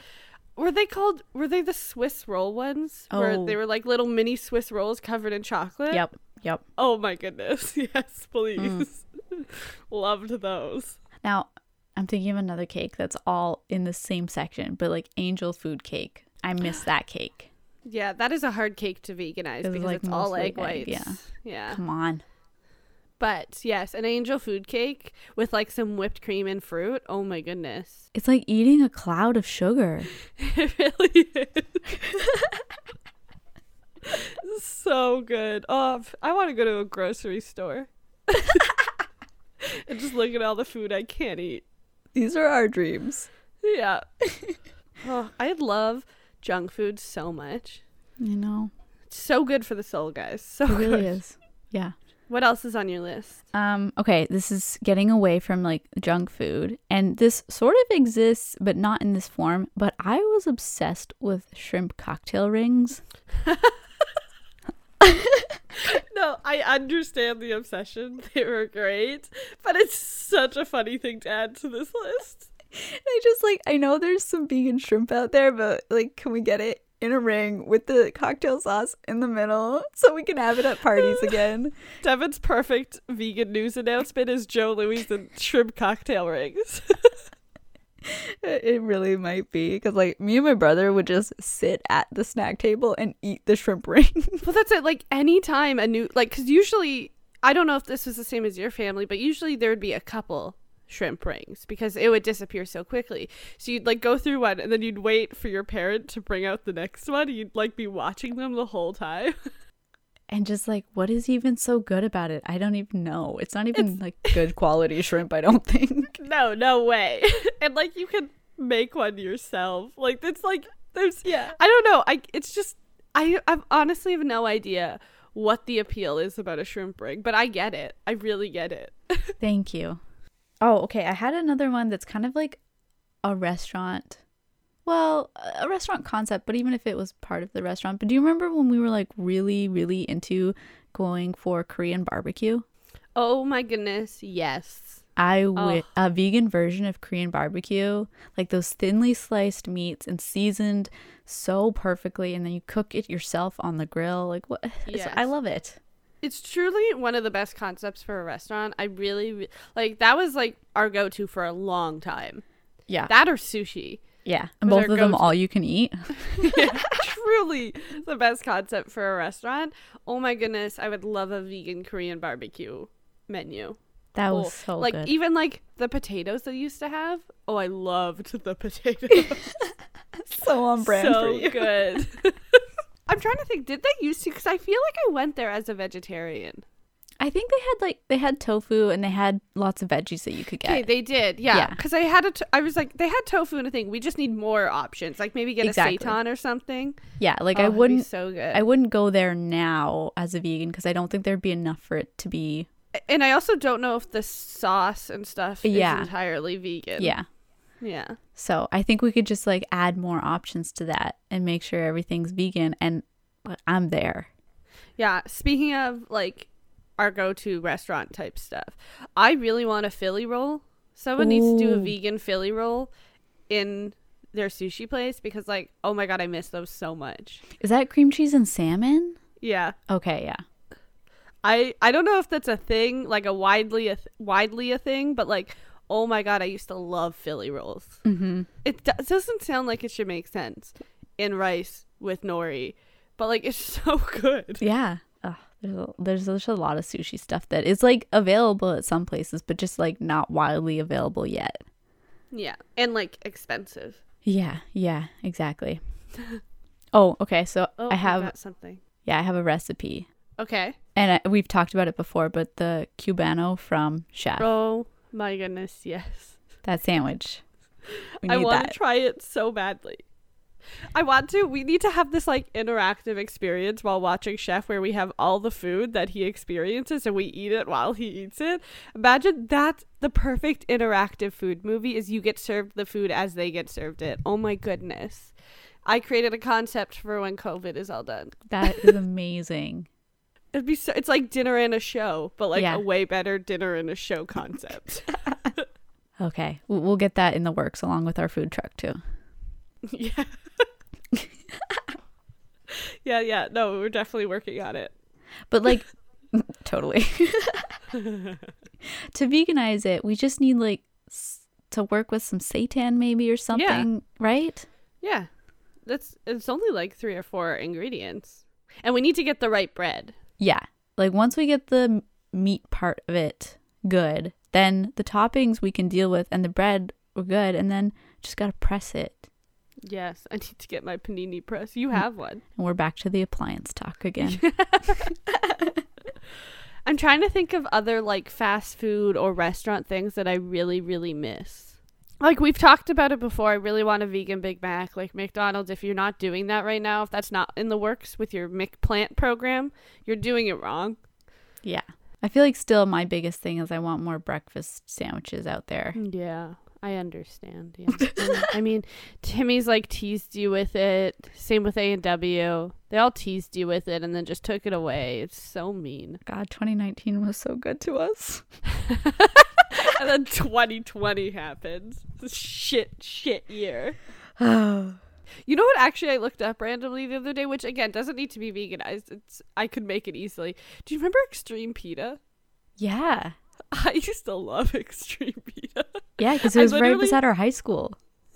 Speaker 2: were they called were they the Swiss roll ones?
Speaker 1: Oh.
Speaker 2: Where they were like little mini Swiss rolls covered in chocolate?
Speaker 1: yep, Mm. yep.
Speaker 2: Oh my goodness. Yes, please. Loved those.
Speaker 1: Now, I'm thinking of another cake that's all in the same section, but like angel food cake. I miss that cake.
Speaker 2: Yeah, that is a hard cake to veganize
Speaker 1: It's,
Speaker 2: because
Speaker 1: like,
Speaker 2: it's all
Speaker 1: mostly
Speaker 2: egg
Speaker 1: egg,
Speaker 2: whites.
Speaker 1: yeah.
Speaker 2: Yeah.
Speaker 1: Come on.
Speaker 2: But yes, an angel food cake with like some whipped cream and fruit. Oh my goodness.
Speaker 1: It's like eating a cloud of sugar.
Speaker 2: It really is. so good. Oh, f- I want to go to a grocery store and just look at all the food I can't eat.
Speaker 1: These are our dreams.
Speaker 2: Yeah. oh, I love junk food so much.
Speaker 1: You know,
Speaker 2: It's so good for the soul, guys. So
Speaker 1: it really
Speaker 2: good.
Speaker 1: is. Yeah.
Speaker 2: What else is on your list?
Speaker 1: Um, okay, this is getting away from like junk food, and this sort of exists, but not in this form. But I was obsessed with shrimp cocktail rings.
Speaker 2: No, I understand the obsession. They were great, but it's such a funny thing to add to this list.
Speaker 1: I just like I know there's some vegan shrimp out there, but like, can we get it in a ring with the cocktail sauce in the middle so we can have it at parties again?
Speaker 2: Devin's perfect vegan news announcement is Joe Louis and shrimp cocktail rings.
Speaker 1: it really might be because like me and my brother would just sit at the snack table and eat the shrimp ring.
Speaker 2: well, that's it. Like any time a new like, because usually I don't know if this is the same as your family, but usually there would be a couple shrimp rings because it would disappear so quickly. So you'd like go through one and then you'd wait for your parent to bring out the next one. and You'd like be watching them the whole time.
Speaker 1: and just like what is even so good about it i don't even know it's not even like good quality shrimp i don't think
Speaker 2: No, no way. and like you can make one yourself. Like it's like there's
Speaker 1: Yeah.
Speaker 2: I don't know. I it's just I I honestly have no idea what the appeal is about a shrimp ring, but I get it. I really get it.
Speaker 1: thank you oh okay i had another one that's kind of like a restaurant well a- a restaurant concept but even if it was part of the restaurant but do you remember when we were like really really into going for korean barbecue
Speaker 2: oh my goodness, yes.
Speaker 1: I wi- a vegan version of Korean barbecue, like those thinly sliced meats and seasoned so perfectly, and then you cook it yourself on the grill. Like what? it's- I
Speaker 2: Yes.
Speaker 1: love it.
Speaker 2: It's truly one of the best concepts for a restaurant. I really re- like that was like our go-to for a long time.
Speaker 1: Yeah,
Speaker 2: That or sushi.
Speaker 1: yeah. And
Speaker 2: was
Speaker 1: both
Speaker 2: our
Speaker 1: of them
Speaker 2: go-to.
Speaker 1: all you can eat.
Speaker 2: truly the best concept for a restaurant. Oh my goodness, I would love a vegan Korean barbecue menu.
Speaker 1: That
Speaker 2: Oh,
Speaker 1: was so
Speaker 2: like
Speaker 1: good.
Speaker 2: even like the potatoes they used to have. Oh, I loved the potatoes.
Speaker 1: so on
Speaker 2: so good. I'm trying to think. Did they used to? Because I feel like I went there as a vegetarian.
Speaker 1: I think they had like they had tofu and they had lots of veggies that you could
Speaker 2: Okay,
Speaker 1: get.
Speaker 2: they did. Yeah,
Speaker 1: Yeah.
Speaker 2: because I had a. T- I was like, they had tofu and a thing. We just need more options. Like maybe get
Speaker 1: Exactly.
Speaker 2: a seitan or something.
Speaker 1: yeah, like
Speaker 2: Oh,
Speaker 1: I
Speaker 2: that'd be
Speaker 1: wouldn't
Speaker 2: so good.
Speaker 1: I wouldn't go there now as a vegan because I don't think there'd be enough for it to be.
Speaker 2: and I also don't know if the sauce and stuff
Speaker 1: Yeah.
Speaker 2: is entirely vegan.
Speaker 1: Yeah.
Speaker 2: Yeah.
Speaker 1: So I think we could just like add more options to that and make sure everything's vegan and I'm there.
Speaker 2: Yeah. Speaking of like our go-to restaurant type stuff, I really want a Philly roll. Someone needs to do a
Speaker 1: Ooh.
Speaker 2: vegan Philly roll in their sushi place because like, oh my god, I miss those so much.
Speaker 1: Is that cream cheese and salmon?
Speaker 2: Yeah.
Speaker 1: Okay, yeah.
Speaker 2: I I don't know if that's a thing, like a widely a th- widely a thing, but like, oh my god, I used to love Philly rolls.
Speaker 1: Mm-hmm.
Speaker 2: It do- doesn't sound like it should make sense in rice with nori, but like it's so good.
Speaker 1: Yeah. Ugh, there's, a, there's there's a lot of sushi stuff that is like available at some places, but just like not widely available yet.
Speaker 2: Yeah, and like expensive.
Speaker 1: Yeah, yeah, exactly. oh, okay. So
Speaker 2: Oh,
Speaker 1: I have
Speaker 2: got something.
Speaker 1: yeah, I have a recipe,
Speaker 2: Okay.
Speaker 1: and I, we've talked about it before, but the cubano from Chef
Speaker 2: Oh my goodness, yes.
Speaker 1: that sandwich. We
Speaker 2: I
Speaker 1: need
Speaker 2: want
Speaker 1: that.
Speaker 2: to try it so badly. I want to. We need to have this like interactive experience while watching Chef where we have all the food that he experiences and we eat it while he eats it. Imagine that's the perfect interactive food movie is you get served the food as they get served it. Oh my goodness. I created a concept for when COVID is all done.
Speaker 1: that is amazing.
Speaker 2: It'd be so, it's like dinner and a show, but like
Speaker 1: Yeah.
Speaker 2: a way better dinner and a show concept.
Speaker 1: Okay, we- we'll get that in the works along with our food truck too.
Speaker 2: yeah. yeah, yeah. No, we're definitely working on it.
Speaker 1: But like, totally. to veganize it, we just need like s- to work with some seitan maybe or something, right?
Speaker 2: Yeah. That's it's only like three or four ingredients. And we need to get the right bread.
Speaker 1: Yeah. Like once we get the m- meat part of it good, then the toppings we can deal with and the bread we're good and then just got to press it.
Speaker 2: Yes, I need to get my panini press. You have one.
Speaker 1: And we're back to the appliance talk again.
Speaker 2: I'm trying to think of other like fast food or restaurant things that I really, really miss. Like we've talked about it before. I really want a vegan Big Mac. Like McDonald's, if you're not doing that right now, if that's not in the works with your McPlant program, you're doing it wrong.
Speaker 1: yeah. I feel like still my biggest thing is I want more breakfast sandwiches out there.
Speaker 2: Mm, Yeah, I understand. Yeah, I mean, Timmy's like teased you with it. Same with A and W. They all teased you with it and then just took it away. It's so mean.
Speaker 1: God, 2019 was so good to us.
Speaker 2: and then 2020 happens. Shit, shit year.
Speaker 1: Oh.
Speaker 2: You know what? Actually, I looked up randomly the other day, which again doesn't need to be veganized. It's I could make it easily. Do you remember Extreme Pita?
Speaker 1: Yeah.
Speaker 2: I used to love Extreme Pita.
Speaker 1: Yeah, because it
Speaker 2: I
Speaker 1: was right
Speaker 2: literally-
Speaker 1: beside our high school.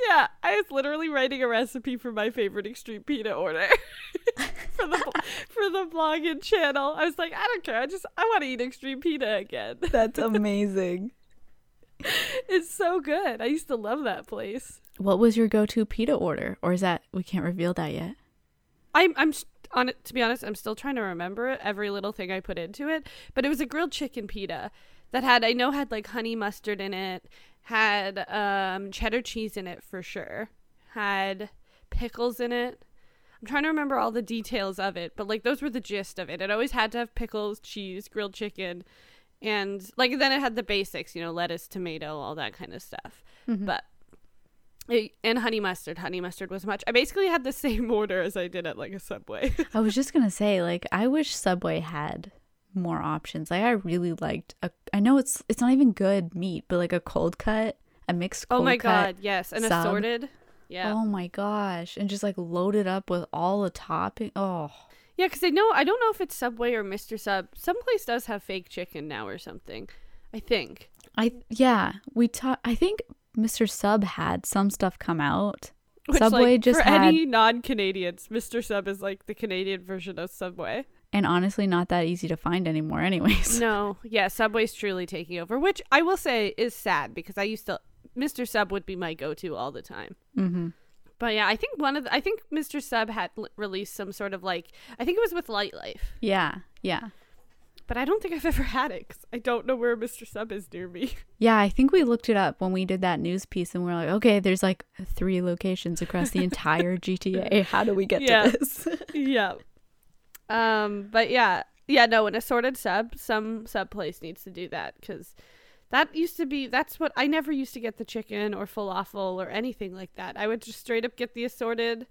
Speaker 2: Yeah, I was literally writing a recipe for my favorite extreme pita order for the bl- for the blog and channel. I was like, I don't care. I just I want to eat extreme pita again.
Speaker 1: That's amazing.
Speaker 2: It's so good. I used to love that place.
Speaker 1: what was your go-to pita order? Or is that we can't reveal that yet?
Speaker 2: I'm I'm s- on it to be honest. I'm still trying to remember it, every little thing I put into it. But it was a grilled chicken pita that had I know had like honey mustard in it, had um, cheddar cheese in it for sure, had pickles in it. I'm trying to remember all the details of it, but like those were the gist of it. It always had to have pickles, cheese, grilled chicken, and like then it had the basics, you know, lettuce, tomato, all that kind of stuff. But it, and honey mustard. Honey mustard was much. I basically had the same order as I did at like a Subway.
Speaker 1: I was just gonna say, like, I wish Subway had more options. Like I really liked a, I know it's it's not even good meat, but like a cold cut, a mixed cold
Speaker 2: oh my
Speaker 1: cut.
Speaker 2: god, yes, and
Speaker 1: sub.
Speaker 2: assorted. Yeah,
Speaker 1: Oh my gosh. And just like load it up with all the topping. Oh.
Speaker 2: yeah, because I know I don't know if it's Subway or Mr. Sub. Someplace does have fake chicken now or something. I think.
Speaker 1: I yeah, we talked I think Mr. Sub had some stuff come out.
Speaker 2: Which,
Speaker 1: Subway
Speaker 2: like,
Speaker 1: just
Speaker 2: for
Speaker 1: had-
Speaker 2: any non-Canadians, Mr. Sub is like the Canadian version of Subway.
Speaker 1: And honestly not that easy to find anymore anyways.
Speaker 2: No, yeah, Subway's truly taking over, which I will say is sad because I used to Mr. Sub would be my go-to all the time.
Speaker 1: Mhm.
Speaker 2: But yeah, I think one of the, I think Mr. Sub had l- released some sort of like I think it was with Light Life,
Speaker 1: Yeah. Yeah.
Speaker 2: but I don't think I've ever had it because I don't know where Mr. Sub is near me.
Speaker 1: Yeah, I think we looked it up when we did that news piece and we are like, okay, there's like three locations across the entire GTA. How do we get
Speaker 2: Yeah.
Speaker 1: to this?
Speaker 2: yeah. Um. But yeah, yeah. No, an assorted sub. Some sub place needs to do that because that used to be. That's what I never used to get the chicken or falafel or anything like that. I would just straight up get the assorted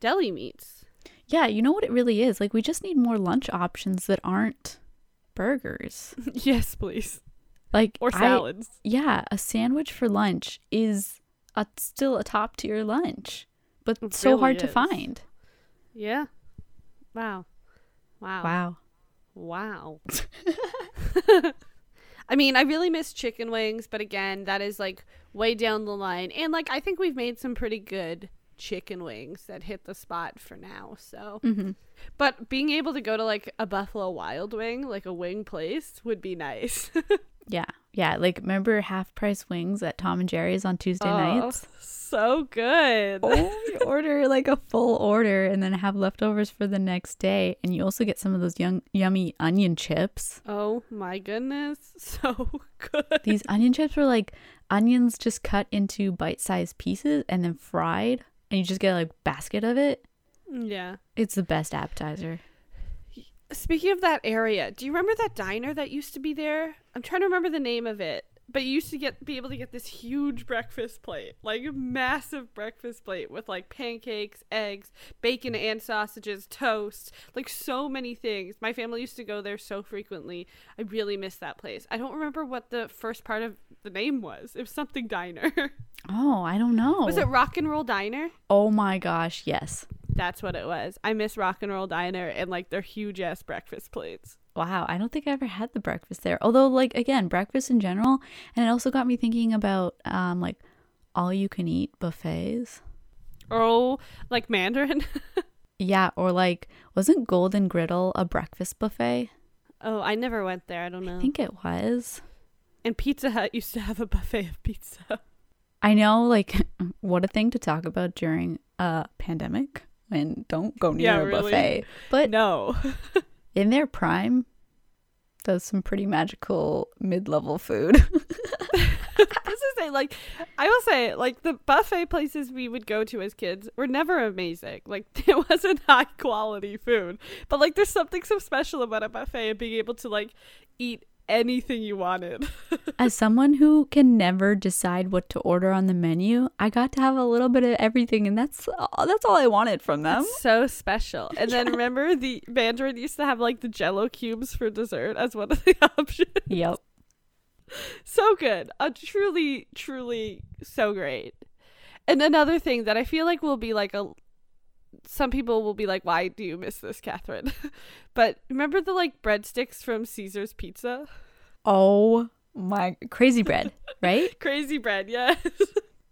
Speaker 2: deli meats.
Speaker 1: yeah, you know what it really is? Like we just need more lunch options that aren't burgers.
Speaker 2: yes, please.
Speaker 1: Like
Speaker 2: Or
Speaker 1: I-
Speaker 2: salads.
Speaker 1: yeah, a sandwich for lunch is a, still a top tier lunch, but
Speaker 2: It
Speaker 1: so
Speaker 2: really
Speaker 1: hard to
Speaker 2: is.
Speaker 1: find.
Speaker 2: yeah. Wow. Wow.
Speaker 1: Wow.
Speaker 2: Wow. I mean, I really miss chicken wings, but again, that is like way down the line. And like, I think we've made some pretty good chicken wings that hit the spot for now. So,
Speaker 1: Mhm.
Speaker 2: but being able to go to like a Buffalo Wild Wing, like a wing place, would be nice.
Speaker 1: Yeah. Yeah. Like remember half price wings at Tom and Jerry's on Tuesday
Speaker 2: Oh,
Speaker 1: nights?
Speaker 2: So good.
Speaker 1: you order like a full order and then have leftovers for the next day. And you also get some of those young, yummy onion chips.
Speaker 2: Oh my goodness. So good.
Speaker 1: These onion chips were like onions just cut into bite sized pieces and then fried. And you just get like basket of it.
Speaker 2: Yeah.
Speaker 1: It's the best appetizer.
Speaker 2: Speaking of that area, do you remember that diner that used to be there? I'm trying to remember the name of it, but you used to get be able to get this huge breakfast plate, like a massive breakfast plate with like pancakes, eggs, bacon and sausages, toast, like so many things. My family used to go there so frequently. I really miss that place. I don't remember what the first part of the name was. It was something diner.
Speaker 1: Oh, I don't know.
Speaker 2: was it Rock and Roll Diner?
Speaker 1: oh my gosh. Yes.
Speaker 2: That's what it was. I miss Rock and Roll Diner and like their huge ass breakfast plates.
Speaker 1: Wow, I don't think I ever had the breakfast there. Although, like again, breakfast in general, and it also got me thinking about um like all you can eat buffets.
Speaker 2: Oh, like Mandarin.
Speaker 1: Yeah, or like wasn't Golden Griddle a breakfast buffet?
Speaker 2: Oh, I never went there. I don't know.
Speaker 1: I think it was.
Speaker 2: and Pizza Hut used to have a buffet of pizza.
Speaker 1: I know, like, what a thing to talk about during a pandemic when don't go near
Speaker 2: Yeah,
Speaker 1: a
Speaker 2: really.
Speaker 1: buffet. But
Speaker 2: no.
Speaker 1: in their prime, does some pretty magical mid-level food.
Speaker 2: This is a, like, I will say, like, the buffet places we would go to as kids were never amazing. Like, it wasn't high quality food. But, like, there's something so special about a buffet and being able to, like, eat anything you wanted.
Speaker 1: As someone who can never decide what to order on the menu, I got to have a little bit of everything, and that's all, that's all I wanted from them.
Speaker 2: so special. And then remember, the Mandarin used to have, like, the jello cubes for dessert as one of the options.
Speaker 1: Yep.
Speaker 2: so good. Uh, truly, truly so great. And another thing that I feel like will be like a some people will be like, Why do you miss this, Catherine? but remember the like breadsticks from Caesar's Pizza?
Speaker 1: Oh my crazy bread, right?
Speaker 2: Crazy bread, yes.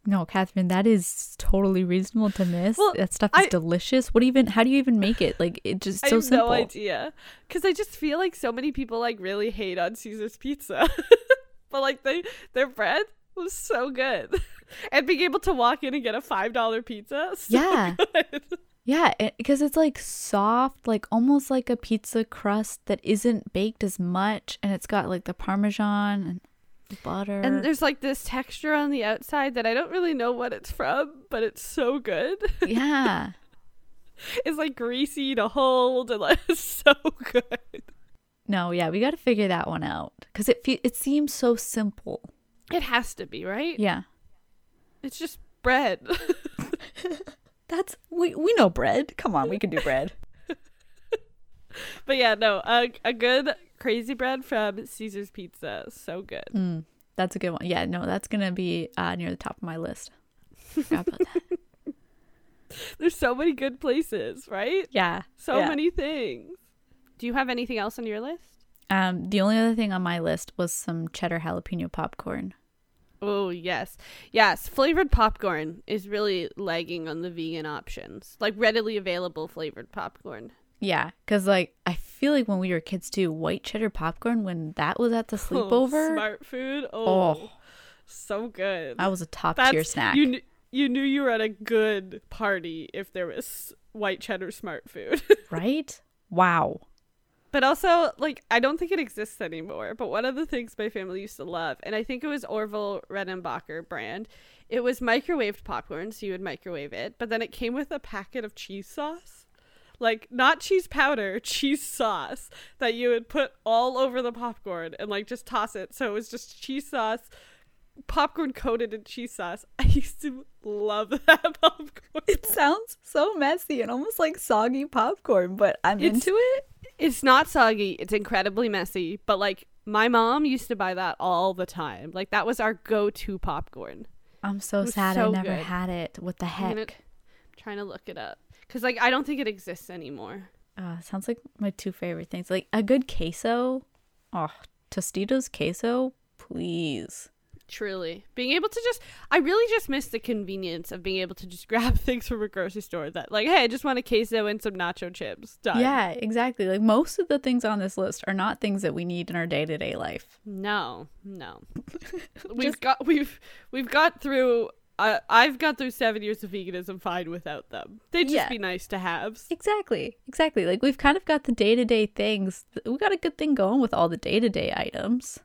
Speaker 1: No, Catherine, that is totally reasonable to miss.
Speaker 2: Well,
Speaker 1: that stuff is
Speaker 2: I-
Speaker 1: delicious. What even? How do you even make it? Like it just
Speaker 2: I
Speaker 1: so
Speaker 2: have
Speaker 1: simple.
Speaker 2: no idea. Cause I just feel like so many people like really hate on Caesar's Pizza. but like they their bread was so good. and being able to walk in and get a five dollar pizza. So
Speaker 1: Yeah.
Speaker 2: good.
Speaker 1: Yeah, because it's like soft, like almost like a pizza crust that isn't baked as much, and it's got like the parmesan and butter.
Speaker 2: And there's like this texture on the outside that I don't really know what it's from, but it's so good.
Speaker 1: yeah.
Speaker 2: It's like greasy to hold and like it's so good.
Speaker 1: No, yeah, we got to figure that one out because it fe- it seems so simple.
Speaker 2: It has to be, right?
Speaker 1: Yeah,
Speaker 2: It's just bread.
Speaker 1: that's we we know bread. Come on, we can do bread.
Speaker 2: but yeah, no, a, a good crazy bread from Caesar's Pizza. So good.
Speaker 1: Mm, that's a good one. Yeah, no, that's gonna be uh, near the top of my list. Forgot about that.
Speaker 2: There's so many good places, right?
Speaker 1: Yeah.
Speaker 2: So
Speaker 1: yeah.
Speaker 2: many things. Do you have anything else on your list?
Speaker 1: Um, the only other thing on my list was some cheddar jalapeno popcorn.
Speaker 2: Oh, yes. Yes, flavored popcorn is really lagging on the vegan options. Like readily available flavored popcorn.
Speaker 1: Yeah, because like I feel like when we were kids too, white cheddar popcorn when that was at the
Speaker 2: Oh,
Speaker 1: sleepover,
Speaker 2: smart food. Oh.
Speaker 1: Oh.
Speaker 2: So good.
Speaker 1: that was a top tier
Speaker 2: That's-
Speaker 1: snack.
Speaker 2: You kn- you knew you were at a good party if there was white cheddar smart food.
Speaker 1: right? Wow.
Speaker 2: But also, like, I don't think it exists anymore. But one of the things my family used to love, and I think it was Orville Redenbacher brand, it was microwaved popcorn, so you would microwave it. But then it came with a packet of cheese sauce. Like, not cheese powder, cheese sauce that you would put all over the popcorn and, like, just toss it. So it was just cheese sauce, popcorn coated in cheese sauce. I used to love that popcorn.
Speaker 1: It sounds so messy and almost like soggy popcorn, but I'm
Speaker 2: It's-
Speaker 1: into it.
Speaker 2: It's not soggy. It's incredibly messy. But like my mom used to buy that all the time. Like that was our go-to popcorn.
Speaker 1: I'm so
Speaker 2: was
Speaker 1: sad I
Speaker 2: so
Speaker 1: never
Speaker 2: good.
Speaker 1: had it. What the
Speaker 2: I'm
Speaker 1: heck?
Speaker 2: gonna- trying to look it up because like I don't think it exists anymore.
Speaker 1: Uh, sounds like my two favorite things. Like a good queso. Oh, Tostitos queso, please.
Speaker 2: Truly, being able to just I really just miss the convenience of being able to just grab things from a grocery store. That like, hey, I just want a queso and some nacho chips. Done.
Speaker 1: Yeah, exactly. Like most of the things on this list are not things that we need in our day to day life.
Speaker 2: No, no. we've got we've we've got through. I I've got through seven years of veganism fine without them. They'd just
Speaker 1: Yeah.
Speaker 2: be nice to have.
Speaker 1: Exactly. Exactly. Like we've kind of got the day to day things. We got a good thing going with all the day to day items.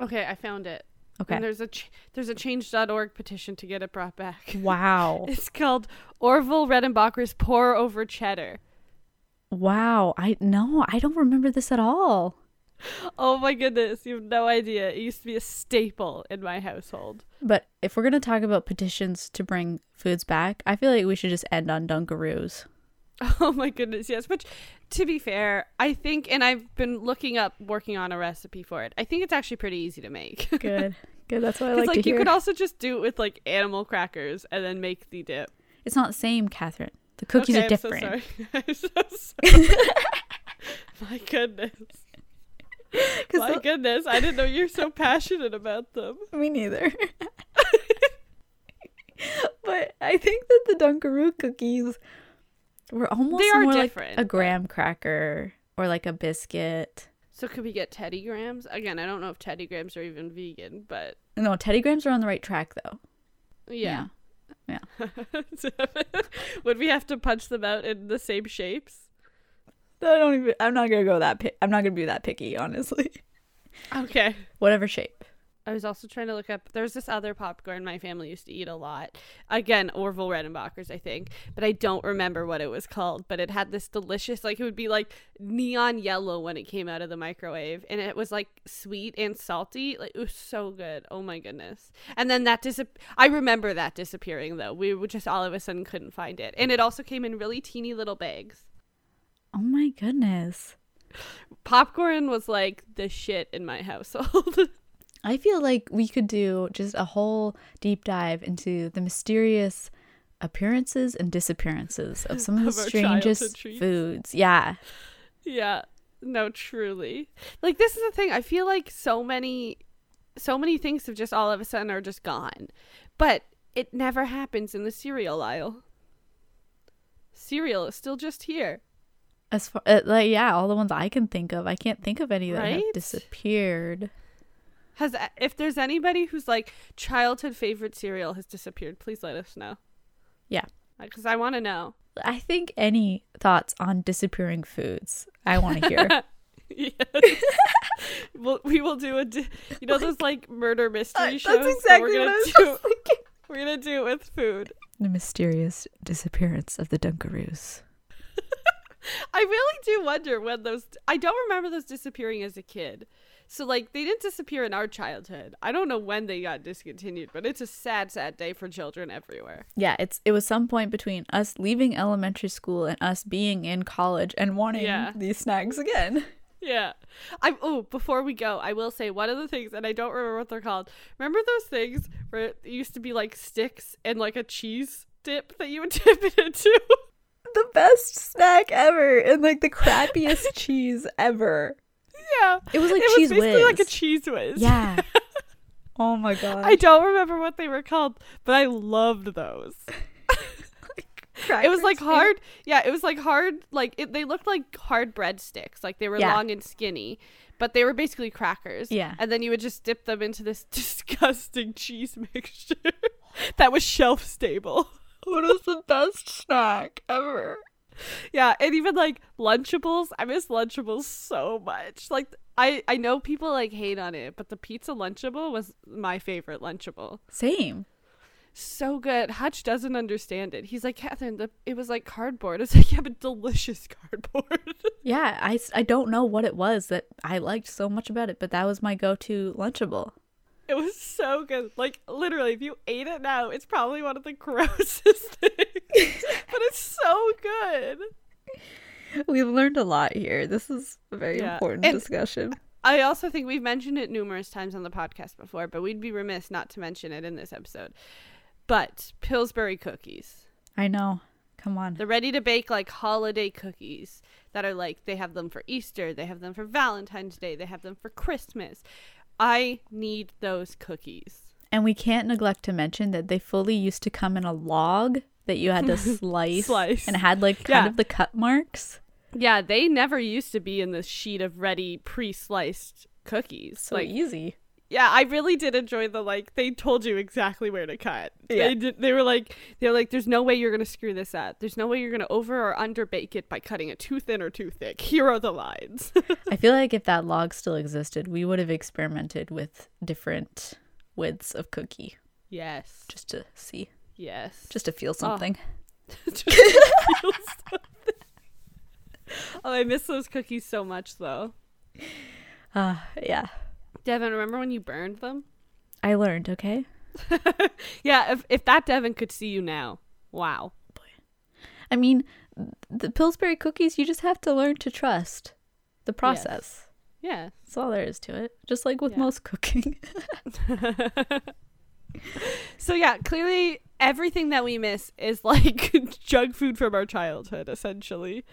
Speaker 2: Okay, I found it. And
Speaker 1: Okay.
Speaker 2: there's a ch- there's a change.org petition to get it brought back.
Speaker 1: Wow.
Speaker 2: It's called Orville Redenbacher's Pour Over Cheddar.
Speaker 1: Wow. I no, I don't remember this at all.
Speaker 2: Oh my goodness, you have no idea. It used to be a staple in my household.
Speaker 1: But if we're gonna talk about petitions to bring foods back, I feel like we should just end on Dunkaroos.
Speaker 2: Oh my goodness, yes. Which, to be fair, I think, and I've been looking up, working on a recipe for it. I think it's actually pretty easy to make.
Speaker 1: Good. Good. That's what I
Speaker 2: Because
Speaker 1: like,
Speaker 2: like
Speaker 1: to
Speaker 2: you
Speaker 1: hear.
Speaker 2: could also just do it with like animal crackers and then make the dip.
Speaker 1: it's not the same, Catherine. The cookies
Speaker 2: okay,
Speaker 1: are different.
Speaker 2: I'm so sorry. I'm so sorry. my goodness.
Speaker 1: 'Cause
Speaker 2: My
Speaker 1: the-
Speaker 2: goodness, I didn't know you're so passionate about them.
Speaker 1: Me neither. but I think that the Dunkaroo cookies were almost
Speaker 2: They are
Speaker 1: more
Speaker 2: different,
Speaker 1: like a
Speaker 2: but-
Speaker 1: graham cracker or like a biscuit.
Speaker 2: So could we get Teddy Grahams? Again, I don't know if Teddy Grahams are even vegan, but
Speaker 1: No, Teddy Grahams are on the right track though.
Speaker 2: yeah.
Speaker 1: Yeah.
Speaker 2: Would we have to punch them out in the same shapes?
Speaker 1: I don't even. I'm not gonna go that. Pi- I'm not gonna be that picky, honestly.
Speaker 2: Okay.
Speaker 1: Whatever shape.
Speaker 2: I was also trying to look up. There's this other popcorn my family used to eat a lot. Again, Orville Redenbacher's, I think, but I don't remember what it was called. But it had this delicious, like it would be like neon yellow when it came out of the microwave, and it was like sweet and salty. Like it was so good. Oh my goodness! And then that dis. I remember that disappearing though. We would just all of a sudden couldn't find it, and it also came in really teeny little bags.
Speaker 1: Oh my goodness.
Speaker 2: Popcorn was like the shit in my household.
Speaker 1: I feel like we could do just a whole deep dive into the mysterious appearances and disappearances of some of,
Speaker 2: Of
Speaker 1: the
Speaker 2: our
Speaker 1: strangest
Speaker 2: childhood treats.
Speaker 1: foods. Yeah.
Speaker 2: Yeah. No, truly. Like this is the thing. I feel like so many so many things have just all of a sudden are just gone. But it never happens in the cereal aisle. Cereal is still just here.
Speaker 1: As far uh, like yeah, all the ones I can think of, I can't think of any that have
Speaker 2: Right?
Speaker 1: disappeared.
Speaker 2: Has if there's anybody who's like childhood favorite cereal has disappeared, please let us know.
Speaker 1: Yeah.
Speaker 2: Cuz I want to know.
Speaker 1: I think any thoughts on disappearing foods, I want to hear.
Speaker 2: Yes. we'll, we will do a di- you know those like murder mystery shows But we're gonna do,
Speaker 1: thinking.
Speaker 2: we're going to do it with food.
Speaker 1: The mysterious disappearance of the Dunkaroos.
Speaker 2: I really do wonder when those. I don't remember those disappearing as a kid. So, like, they didn't disappear in our childhood. I don't know when they got discontinued, but it's a sad, sad day for children everywhere.
Speaker 1: Yeah, it's it was some point between us leaving elementary school and us being in college and wanting
Speaker 2: Yeah.
Speaker 1: these snacks again.
Speaker 2: Yeah. I oh, before we go, I will say one of the things and I don't remember what they're called. Remember those things where it used to be like sticks and like a cheese dip that you would dip it into?
Speaker 1: the best snack ever and like the crappiest cheese ever.
Speaker 2: yeah.
Speaker 1: It was like
Speaker 2: it
Speaker 1: cheese
Speaker 2: was basically
Speaker 1: whiz.
Speaker 2: like a cheese whiz.
Speaker 1: yeah. Oh my god.
Speaker 2: I don't remember what they were called, but I loved those. It was like hard. Yeah, it was like hard. Like it, they looked like hard bread sticks. Like they were
Speaker 1: Yeah.
Speaker 2: long and skinny, but they were basically crackers.
Speaker 1: Yeah.
Speaker 2: And then you would just dip them into this disgusting cheese mixture that was shelf stable.
Speaker 1: What is the best snack ever?
Speaker 2: Yeah, and even like Lunchables. I miss Lunchables so much. Like I I know people like hate on it, but the pizza Lunchable was my favorite Lunchable.
Speaker 1: Same.
Speaker 2: so good. Hutch doesn't understand it. He's like, Catherine, the, it was like cardboard. It's like, yeah, but delicious cardboard.
Speaker 1: Yeah, I, s- I don't know what it was that I liked so much about it, but that was my go to Lunchable.
Speaker 2: it was so good. Like, literally, if you ate it now, it's probably one of the grossest things. but it's so good.
Speaker 1: We've learned a lot here. This is a very
Speaker 2: Yeah.
Speaker 1: important
Speaker 2: And-
Speaker 1: discussion.
Speaker 2: I also think we've mentioned it numerous times on the podcast before, but we'd be remiss not to mention it in this episode. But Pillsbury cookies.
Speaker 1: I know. Come on.
Speaker 2: The ready to bake like holiday cookies that are like they have them for Easter, they have them for Valentine's Day, they have them for Christmas. I need those cookies.
Speaker 1: And we can't neglect to mention that they fully used to come in a log that you had to slice,
Speaker 2: Slice.
Speaker 1: and it had like kind
Speaker 2: Yeah.
Speaker 1: of the cut marks.
Speaker 2: Yeah, they never used to be in this sheet of ready pre-sliced cookies.
Speaker 1: So
Speaker 2: like
Speaker 1: easy.
Speaker 2: yeah, I really did enjoy the like they told you exactly where to cut.
Speaker 1: Yeah.
Speaker 2: They did, they were like they were like there's no way you're going to screw this up. There's no way you're going to over or under bake it by cutting it too thin or too thick. Here are the lines.
Speaker 1: I feel like if that log still existed, we would have experimented with different widths of cookie
Speaker 2: yes.
Speaker 1: just to see,
Speaker 2: yes.
Speaker 1: just to feel something.
Speaker 2: Just feel something. oh, I miss those cookies so much, though.
Speaker 1: Uh, yeah.
Speaker 2: Devin, remember when you burned them?
Speaker 1: I learned, okay?
Speaker 2: Yeah, if, if that Devin could see you now, wow.
Speaker 1: I mean, the Pillsbury cookies, you just have to learn to trust the process.
Speaker 2: Yeah.
Speaker 1: That's all there is to it. Just like with
Speaker 2: Yeah.
Speaker 1: most cooking.
Speaker 2: So, yeah, clearly everything that we miss is like junk food from our childhood, essentially.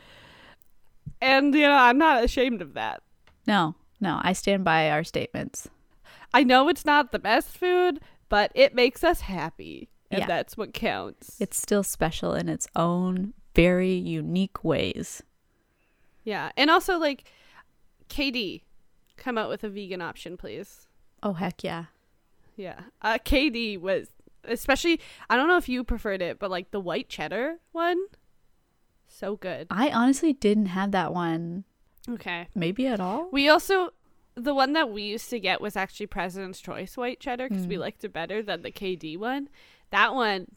Speaker 2: And, you know, I'm not ashamed of that.
Speaker 1: no, no, I stand by our statements.
Speaker 2: I know it's not the best food, but it makes us happy. And
Speaker 1: Yeah.
Speaker 2: that's what counts.
Speaker 1: It's still special in its own very unique ways.
Speaker 2: Yeah. And also like KD come out with a vegan option, please.
Speaker 1: Oh, heck yeah.
Speaker 2: Yeah. Uh KD was especially I don't know if you preferred it, but like the white cheddar one. So good.
Speaker 1: I honestly didn't have that one,
Speaker 2: Okay.
Speaker 1: maybe at all.
Speaker 2: We also the one that we used to get was actually President's Choice white cheddar because
Speaker 1: Mm.
Speaker 2: we liked it better than the KD one. That one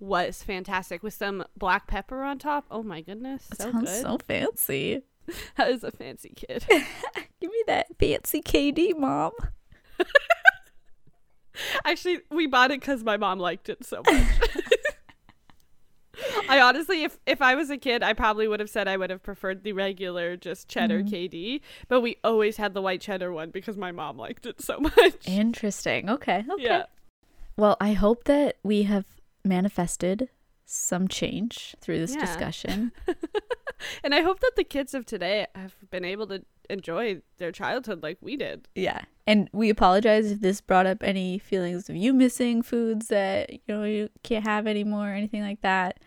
Speaker 2: was fantastic with some black pepper on top. Oh my goodness.
Speaker 1: That
Speaker 2: So
Speaker 1: sounds
Speaker 2: good.
Speaker 1: so fancy.
Speaker 2: that is a fancy kid.
Speaker 1: Give me that fancy KD, mom.
Speaker 2: Actually, we bought it because my mom liked it so much. I honestly, if if I was a kid, I probably would have said I would have preferred the regular just cheddar
Speaker 1: Mm-hmm.
Speaker 2: KD, but we always had the white cheddar one because my mom liked it so much.
Speaker 1: Interesting. Okay. Okay.
Speaker 2: Yeah.
Speaker 1: Well, I hope that we have manifested some change through this
Speaker 2: Yeah.
Speaker 1: discussion.
Speaker 2: And I hope that the kids of today have been able to enjoy their childhood like we did.
Speaker 1: yeah. And we apologize if this brought up any feelings of you missing foods that you know you can't have anymore or anything like that.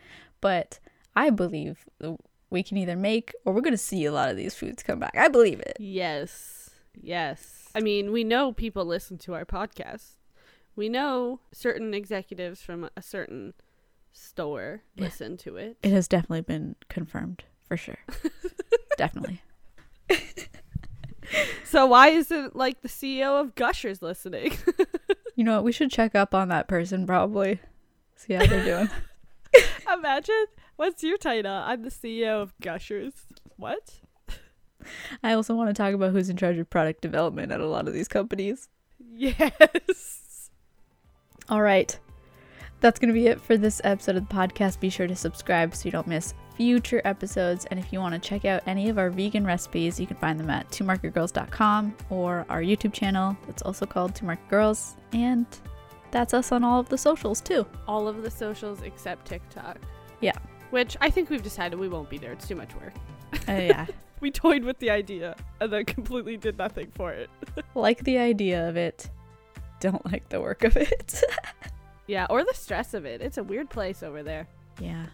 Speaker 1: But I believe that we can either make or we're going to see a lot of these foods come back. I believe it.
Speaker 2: Yes. Yes. I mean, we know people listen to our podcast. We know certain executives from a certain store
Speaker 1: Yeah.
Speaker 2: listen to it.
Speaker 1: It has definitely been confirmed for sure. definitely.
Speaker 2: So why isn't like the CEO of Gushers listening?
Speaker 1: You know what? We should check up on that person probably. See how they're doing.
Speaker 2: Imagine what's your title? I'm the CEO of Gushers. What?
Speaker 1: I also want to talk about who's in charge of product development at a lot of these companies.
Speaker 2: Yes.
Speaker 1: All right. That's going to be it for this episode of the podcast. Be sure to subscribe so you don't miss future episodes. And if you want to check out any of our vegan recipes, you can find them at twomarketgirls.com or our YouTube channel that's also called Two Market Girls. And that's us on all of the socials too.
Speaker 2: All of the socials except TikTok.
Speaker 1: Yeah.
Speaker 2: Which I think we've decided we won't be there. It's too much work.
Speaker 1: Uh, yeah.
Speaker 2: We toyed with the idea and then completely did nothing for it.
Speaker 1: like the idea of it, don't like the work of it.
Speaker 2: Yeah, or the stress of it. It's a weird place over there.
Speaker 1: yeah.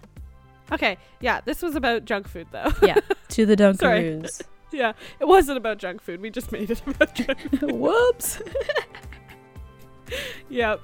Speaker 2: Okay, yeah, this was about junk food though.
Speaker 1: Yeah. To the
Speaker 2: Sorry.
Speaker 1: Dunkaroos.
Speaker 2: yeah, it wasn't about junk food. We just made it about junk food.
Speaker 1: Whoops.
Speaker 2: yep.